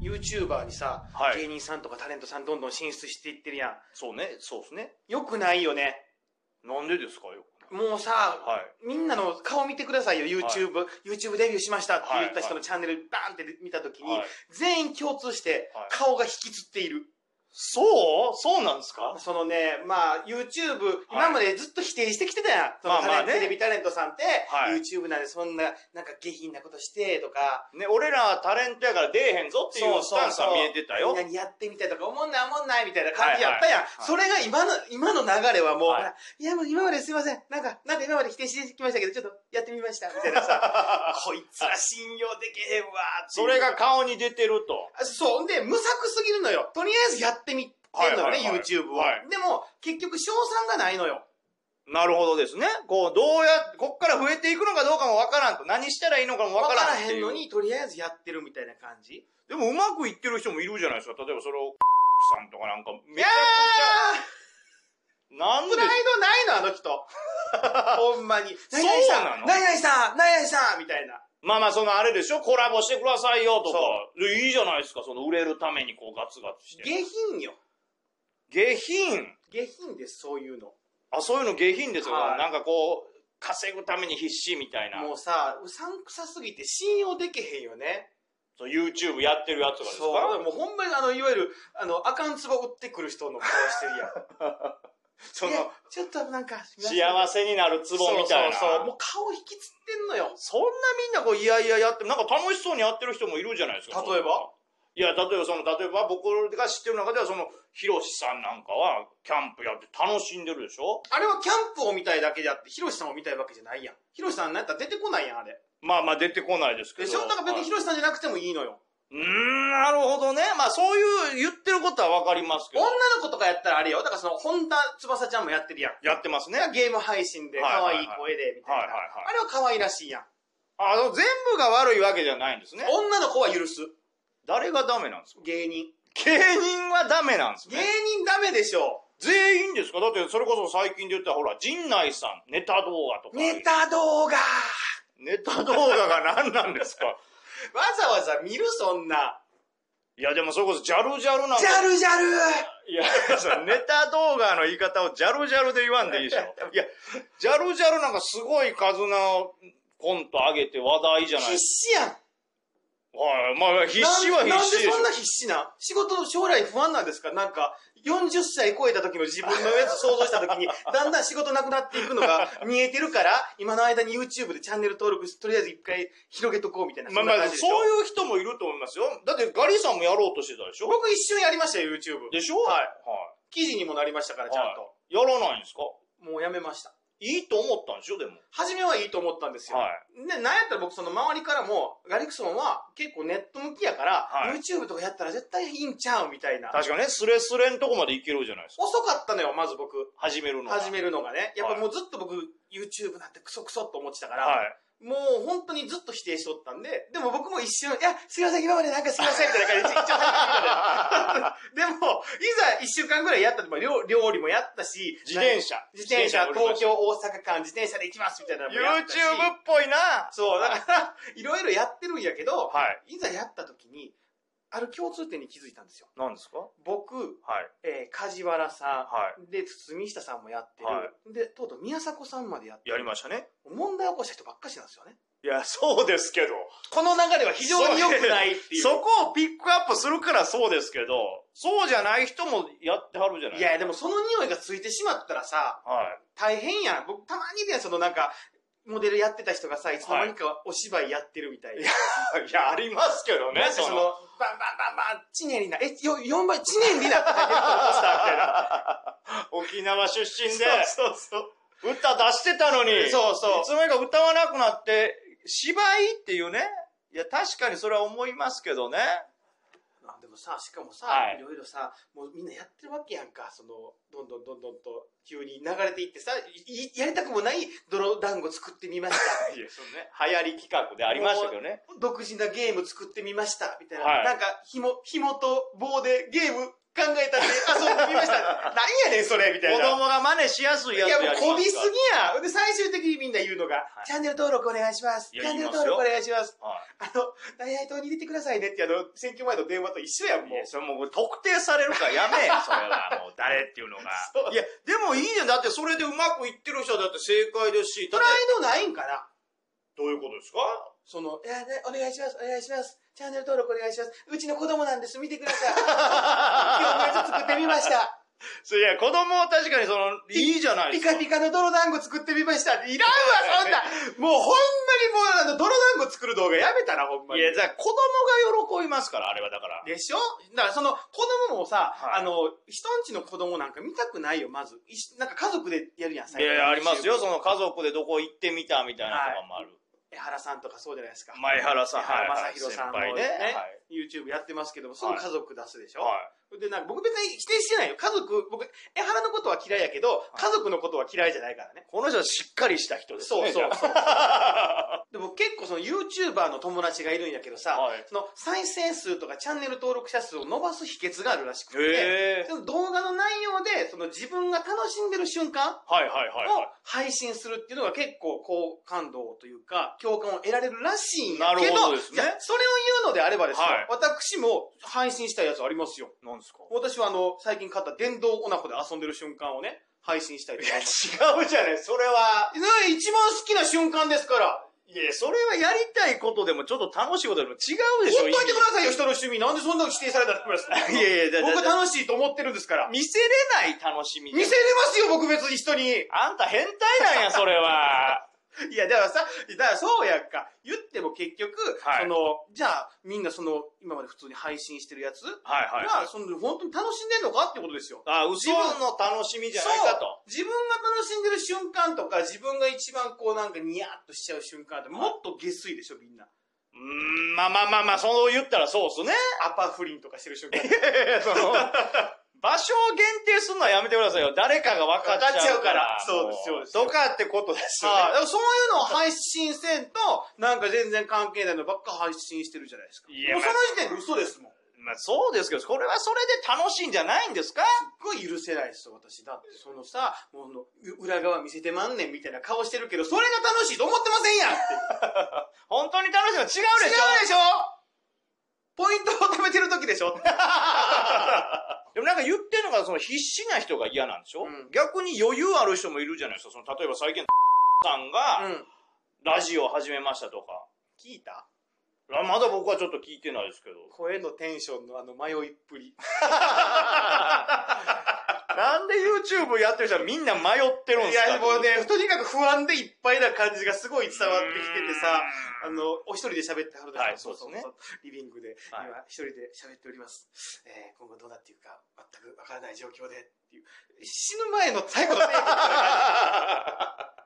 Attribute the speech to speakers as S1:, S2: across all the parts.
S1: YouTuber にさ、
S2: はい
S1: 芸人さんとかタレントさんどんどん進出していってるやん。
S2: そうね、そうですね。
S1: よくないよね。
S2: なんでですかよ。
S1: もうさ、
S2: はい。
S1: みんなの顔見てくださいよ、YouTube、YouTube デビューしましたって言った
S2: はい
S1: 人
S2: は
S1: のチャンネルバーンって見たときに、
S2: はい
S1: 全員共通して
S2: はい
S1: 顔が引きつっている。
S2: そうそうなんですか
S1: そのね、まあ YouTube、今までずっと否定してきてたやん。その
S2: まあまあ
S1: タレンテレビ
S2: ね
S1: タレントさんって、
S2: はい
S1: YouTube なんでそんな、なんか下品なことしてとか、
S2: ね、俺らはタレントやから出えへんぞっていうスタンスは見えてたよ。
S1: 何やってみたいとか、おもんないおもんないみたいな感じやったやん。
S2: い
S1: それが今の、今の流れはもう、
S2: はい
S1: いやもう今まですいません。なんか、なんか今まで否定してきましたけど、ちょっとやってみました。みたいな さ。こいつら信用できへんわーってい
S2: そうれが顔に出てると。
S1: あそう。で、無策すぎるのよ。とりあえずやってみてんのよね、
S2: はいはいはい
S1: YouTube を。
S2: は
S1: でも、結局、賞賛がないのよ。
S2: なるほどですね。こう、どうや、こっから増えていくのかどうかもわからんと。何したらいいのかもわ
S1: わ
S2: か
S1: から
S2: らんって
S1: へん
S2: いう
S1: の。に、とりあえずやってるみたいな感じ。
S2: でもうまくいってる人もいるじゃないですか。例えばそれを、さんとかなんか、
S1: い
S2: めち
S1: や
S2: ゃ
S1: ー
S2: くちゃ、なん
S1: プ
S2: で
S1: ライドないの、あの人。 ほんまに。
S2: そうなの
S1: 何々さん何々さんみたいな。
S2: まあまあ、そのあれでしょコラボしてくださいよとか
S1: そ。
S2: でいいじゃないですか。その売れるためにこうガツガツして。
S1: 下品よ。
S2: 下品。
S1: 下品です、そういうの。
S2: あ、そういうの下品ですよ。
S1: はい
S2: なんかこう、稼ぐために必死みたいな。
S1: もうさ、うさんくさすぎて信用できへんよね。
S2: そう YouTube やってるやつがですか
S1: そう。もうほんまに、あの、いわゆる、あの、あかんつば売ってくる人の顔して るやん。
S2: その
S1: ね、ちょっとなんか、
S2: 幸せになるツボみたいな。
S1: そうそうそう。もう顔引きつってんのよ。
S2: そんなみんなこう、いやいややって、なんか楽しそうにやってる人もいるじゃないですか。
S1: 例えば
S2: いや、例えばその、例えば僕が知ってる中では、その、ヒロシさんなんかは、キャンプやって楽しんでるでしょ
S1: あれはキャンプを見たいだけであって、ヒロシさんを見たいわけじゃないやん。ヒロシさんなんか出てこないやん、あれ。
S2: まあまあ出てこないですけ
S1: で
S2: ど。
S1: しょだから別に
S2: はい
S1: ヒロシさんじゃなくてもいいのよ。
S2: うーん、なるほどね。まあそういう言ってることはわかりますけど
S1: 女。の子とかやったらあれよ。だからその、本田翼ちゃんもやってるやん。
S2: やってますね。
S1: ね、ゲーム配信で、可愛い声で、みたいな。
S2: はいはいはい
S1: あれは可愛らしいやん。
S2: あの、全部が悪いわけじゃないんですね。
S1: 女の子は許す。
S2: 誰がダメなんですか
S1: 芸人。
S2: 芸人はダメなんです
S1: 芸
S2: ね。
S1: 人ダメでしょ。
S2: 全員ですかだってそれこそ最近で言ったらほら、陣内さん、ネタ動画とか。
S1: ネタ動画わ
S2: ネタ動画が何なんです か
S1: ざわざ見るそんな。
S2: いやでもそれこそジャルジャルなんか
S1: ジャルジャル
S2: いや、そのネタ動画の言い方をジャルジャルで言わんでいいで しょ。いや、ジャルジャルなんかすごい数のコント上げて話題じゃな
S1: 必
S2: いです
S1: 死やん。
S2: か。はい、まあ必死は
S1: な
S2: 必死でしょ
S1: なんでそん。な必死なん仕事の将来不安なんですかなんか、40歳超えた時の自分のやつ想像した時 に、だんだん仕事なくなっていくのが見えてるから、今の間に YouTube でチャンネル登録し、とりあえず一回広げとこうみたいな。
S2: まあまあ、
S1: んな感じでしょ
S2: そういう人もいると思いますよ。だってガリさんもやろうとしてたでしょ
S1: 僕一瞬やりましたよ、YouTube。
S2: でしょ
S1: はい
S2: はい。
S1: 記事にもなりましたから、ちゃんと。
S2: やらないんですか
S1: もうやめました。
S2: いいと思ったんでしょでも。
S1: 初めはいいと思ったんですよ。
S2: は
S1: で、なんやったら僕その周りからも、ガリクソンは結構ネット向きやから、
S2: はい
S1: YouTube とかやったら絶対いいんちゃうみたいな。
S2: 確かね、スレスレんとこまでいけるじゃないですか。
S1: 遅かったのよ、まず僕。
S2: 始めるのが。
S1: 始めるのがね。やっぱ
S2: はい
S1: もうずっと僕、YouTube なんてクソクソと思ってたから、
S2: はい。
S1: もう本当にずっと否定しとったんで、でも僕も一瞬、いや、すいません、今までなんかすいません、みたいな感じで、一応でも、いざ一週間ぐらいやったって、まあ料料理もやったし、
S2: 自転車。
S1: 自転車、
S2: 乗りま
S1: 東
S2: した
S1: 京、大阪間自転車で行きます、みたいなのもやったし
S2: YouTube っぽいな。
S1: そう、だから、 いろいろやってるんやけど、
S2: はい。
S1: いざやった時に、ある共通点に気づいたんですよ。
S2: 何ですかは
S1: 僕、
S2: い。
S1: えー、梶原さん、
S2: は
S1: で、堤下さんもやってる。
S2: は
S1: で、とうとう宮迫さんまでやって
S2: い。
S1: る。
S2: やりましたね。
S1: 問題起こした人ばっかしなんですよね。
S2: いや、そうですけど。
S1: この流れは非常に良くないっていう。
S2: そこをピックアップするからそうですけど、そうじゃない人もやってはるじゃない
S1: い
S2: ですか。
S1: や、でもその匂いがついてしまったらさ、
S2: は
S1: 大変やん。僕、たまにね、そのなんか、モデルやってた人がさ、いつの間にかお芝居やってるみたいな。
S2: い。いや、ありますけどね
S1: なん、かその、バンバンバンバン、知念里奈、え、よ、4倍、知念里奈 って書いてると思ってたみたいな。
S2: 沖縄出身で、
S1: そうそう
S2: 歌出してたのに、
S1: そうそう
S2: いつの間にか歌わなくなって、芝居っていうね。いや、確かにそれは思いますけどね。
S1: あでもさ、しかもさ、
S2: はい
S1: い、ろいろさ、もうみんなやってるわけやんか、その、どんどんどんどんと、急に流れていってさ、いやりたくもない泥団子作ってみま した。
S2: いや、そのね、流行り企画でありましたけどね。
S1: 独自なゲーム作ってみました、みたいな。
S2: はい
S1: なんか、紐、紐と棒でゲーム考えたんで遊んでみ ました。何やねん、それみたい
S2: 子
S1: な。
S2: 供が真似しやすい
S1: い
S2: やつ
S1: や、も
S2: やりますか
S1: うこびすぎや。で、最終的にみんな言うのが、
S2: い
S1: チャンネル登録お願いします。チ
S2: いや
S1: ャンネル登録お願いします。
S2: は
S1: あの、大愛党に出てくださいねって、あの、選挙前の電話と一緒やん、
S2: い。
S1: も
S2: いや、
S1: う。
S2: それもう特定されるからやめえ、 それは。もう誰っていうのが
S1: そ。う
S2: いや、でもいいじゃん。だってそれでうまくいってる人だって正解ですし。
S1: プ
S2: だっ
S1: ラ
S2: て
S1: イドないんかな
S2: どういうことですか
S1: その、いや、ねお願いします、お願いします。チャンネル登録お願いします。うちの子供なんです、見てください。 今日のやつ作ってみました。
S2: そういや、子供は確かにその、いいじゃない
S1: ピ
S2: ですか。
S1: カピカの泥団子作ってみました。いらんわ、そんな。もうほんまにもうあの、泥団子作る動画やめたら、ほんま
S2: い
S1: に。
S2: や、じゃあ子供が喜びますから、あれはだから。
S1: でしょだからその子供もさ、
S2: はい
S1: あの、人んちの子供なんか見たくないよ、まず。いしなんか家族でやるやん、
S2: いやいや、ありますよ。そ
S1: の。
S2: の家族でどこ行ってみたみたいなのとかもある。
S1: 江原さんとかそうじゃないですか。
S2: 前原さん、
S1: 江原
S2: はい
S1: 正宏さんも
S2: 先輩ね。
S1: ね
S2: はい。
S1: YouTube やってますけども、すぐ家族出すでしょ、
S2: はい
S1: で、なんか僕別に否定してないよ。家族、僕、江原のことは嫌いやけど、家族のことは嫌いじゃないからね。
S2: この人はしっかりした人です
S1: そう
S2: ね。
S1: そう
S2: じゃ
S1: そう。でも結構その YouTuber の友達がいるんやけどさ、
S2: あはい。
S1: その再生数とかチャンネル登録者数を伸ばす秘訣があるらしくて、
S2: へえ。
S1: その動画の内容でその自分が楽しんでる瞬間を
S2: はいはいはいは
S1: 配信するっていうのが結構好感度というか共感を得られるらしいんや
S2: なる
S1: けど、
S2: ほどですね
S1: じゃあそれを言うのであればですね、
S2: はい
S1: 私も配信したいやつありますよ。
S2: い。なんですか
S1: 私はあの、最近買った電動オナホで遊んでる瞬間をね、配信したいと思います。
S2: 違うじゃない。それは、
S1: ね一番好きな瞬間ですから。
S2: いや、それはやりたいことでもちょっと楽しいことでも違うでし
S1: ほ
S2: ょ、
S1: っといてくださいよ、人の趣味。なんでそんな否定されたら困ります
S2: いやいやだだだ
S1: 僕楽しいと思ってるんですから。
S2: 見せれない楽しみ
S1: 見。せれますよ、僕別に人に。い
S2: あんた変態なんや、それは。
S1: や、だからさ、だからそうやんか。言っても結局、
S2: はい
S1: その、じゃあ、みんなその、今まで普通に配信してるやつが、
S2: はいはい。
S1: その、本当に楽しんでんのかってことですよ。
S2: あ、嘘の楽しみじゃないかと。
S1: 自分が楽しんでる瞬間とか、自分が一番こうなんかニヤっとしちゃう瞬間って、もっと下水でしょ、みんな。
S2: うーん、まあまあまあまあ、そう言ったらそうっすね。
S1: アパ不倫とかしてる瞬間。
S2: いやその、場所を限定するのはやめてくださいよ。誰かが分かっちゃうから。
S1: 分かっちゃうからそうですそうです
S2: とかってことですよ
S1: はい、
S2: ね。
S1: だからそういうのを配信せんと、なんか全然関係ないのばっか配信してるじゃないですか。
S2: いや
S1: もうその時点で嘘ですもん。す
S2: まあそうですけど、これはそれで楽しいんじゃないんですか
S1: っごい許せないですよ、私。だって、そのさ、もうあのう裏側見せてまんねんみたいな顔してるけど、それが楽しいと思ってませんやん
S2: 本当に楽しいの違うでしょ
S1: 違うでしょポイントを貯めてる時でしょ
S2: でもなんか言ってるのが、その必死な人が嫌なんでしょ、
S1: うん
S2: 逆に余裕ある人もいるじゃないですか。その例えば最近、 さん
S1: う
S2: が
S1: ん。
S2: ラジオを始めましたとか。
S1: 聞いた
S2: あまだ僕はちょっと聞いてないですけど。
S1: 声のテンションのあの迷いっぷり。
S2: なんで YouTube やってる人はみんな迷ってるん
S1: い
S2: ですか
S1: や、もうね、とにかく不安でいっぱいな感じがすごい伝わってきててさ、あの、お一人で喋ってはるだ
S2: はいそうですね。
S1: リビングで、
S2: はい
S1: 今、一人で喋っております。えー今後どうなっていくか、全くわからない状況で、っていう。死ぬ前の最後のテ ーマ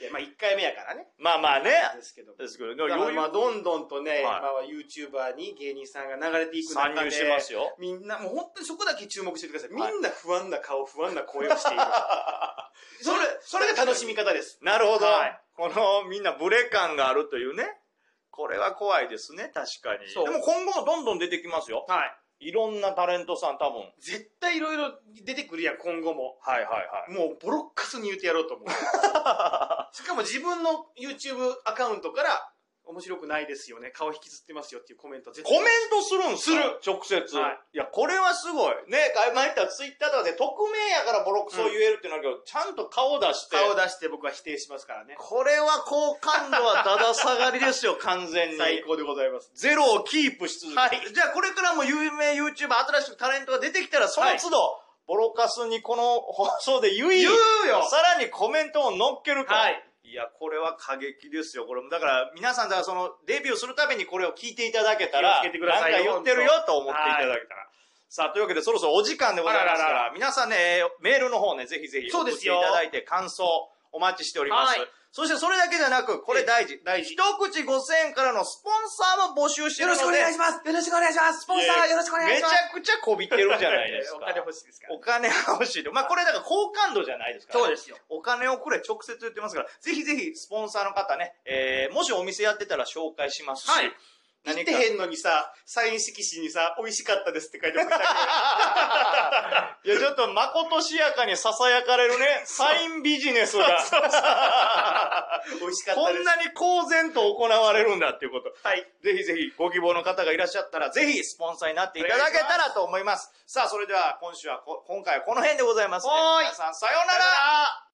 S1: いや、まあ、1回目やからね。
S2: まあまあね。
S1: ですけど。
S2: ですけど、
S1: だから
S2: 余裕
S1: まあ、どんどんとね、
S2: はい
S1: 今は YouTuber に芸人さんが流れていく中
S2: 参
S1: で。
S2: 入してますよ。
S1: みんな、もう本当にそこだけ注目してください。み
S2: はい
S1: んな不安な顔、不安な声を している。それ、それが楽しみ方です。
S2: なるほど。
S1: はい
S2: このみんなブレ感があるというね。これは怖いですね、確かに。
S1: そう
S2: でも今後もどんどん出てきますよ。
S1: はい。
S2: いろんなタレントさん多分。
S1: 絶対いろいろ出てくるやん、今後も。
S2: はいはいはい。
S1: もうボロッカスに言ってやろうと 思う。しかも自分の YouTube アカウントから、面白くないですよね。顔引きずってますよっていうコメント絶
S2: コメントするんす
S1: する
S2: か直接、
S1: はい
S2: い。や、これはすごい。ね、前言ったらツイッターとかで匿名やからボロクソ言えるってなるけど、ちゃんと顔出して。
S1: 顔出して僕は否定しますからね。
S2: これは好感度はだだ下がりで すよ、完全に。
S1: 最高でございます。
S2: ゼロをキープし続ける。じゃあこれからも有名 YouTuber、新しくタレントが出てきたら、その都度、ボロカスにこの放送で言い、
S1: 言うよ
S2: さらにコメントを乗っけると。
S1: はい。
S2: いや、これは過激ですよ。これも、だから、皆さん、だからその、デビューするためにこれを聞いていただけたら、
S1: 気をつけてください
S2: な
S1: よ
S2: んか言ってるよと思っていただけたら。さあ、というわけで、そろそろお時間でございますから、
S1: あらら
S2: 皆さんね、えーメールの方ね、ぜひぜひ、
S1: そうですよ
S2: いただいて、感想、お待ちしております。
S1: はい
S2: そして、それだけじゃなく、これ大事。
S1: 大
S2: 一口5000円からのスポンサーも募集して
S1: よ
S2: るの
S1: ろし
S2: で
S1: くお願いしますよろしくお願いしますスポンサーよろしくお願いします
S2: めちゃくちゃこびてるじゃないですか
S1: 。お金欲しいですから。
S2: お金は欲しいと。まあ、これだから好感度じゃないですから、ね。
S1: すよ。
S2: お金をくれ直接言ってますから、ぜひぜひスポンサーの方ね、えー、もしお店やってたら紹介しますし、
S1: はい行ってへんのにさ、サイン色紙にさ、美味しかったですって書いて送ったり
S2: いや、ちょっと、まことしやかに囁かれるね、 サインビジネスが、
S1: 美味しかっ
S2: こ
S1: たです。
S2: んなに公然と行われるんだっていうこと。
S1: はい。
S2: ぜひぜひご希望の方がいらっしゃったら、ぜひスポンサーになっていただけたらと思います。さあ、それでは今週はこ、今回はこの辺でございます、
S1: はーい
S2: 皆さん、さようなら
S1: さようなら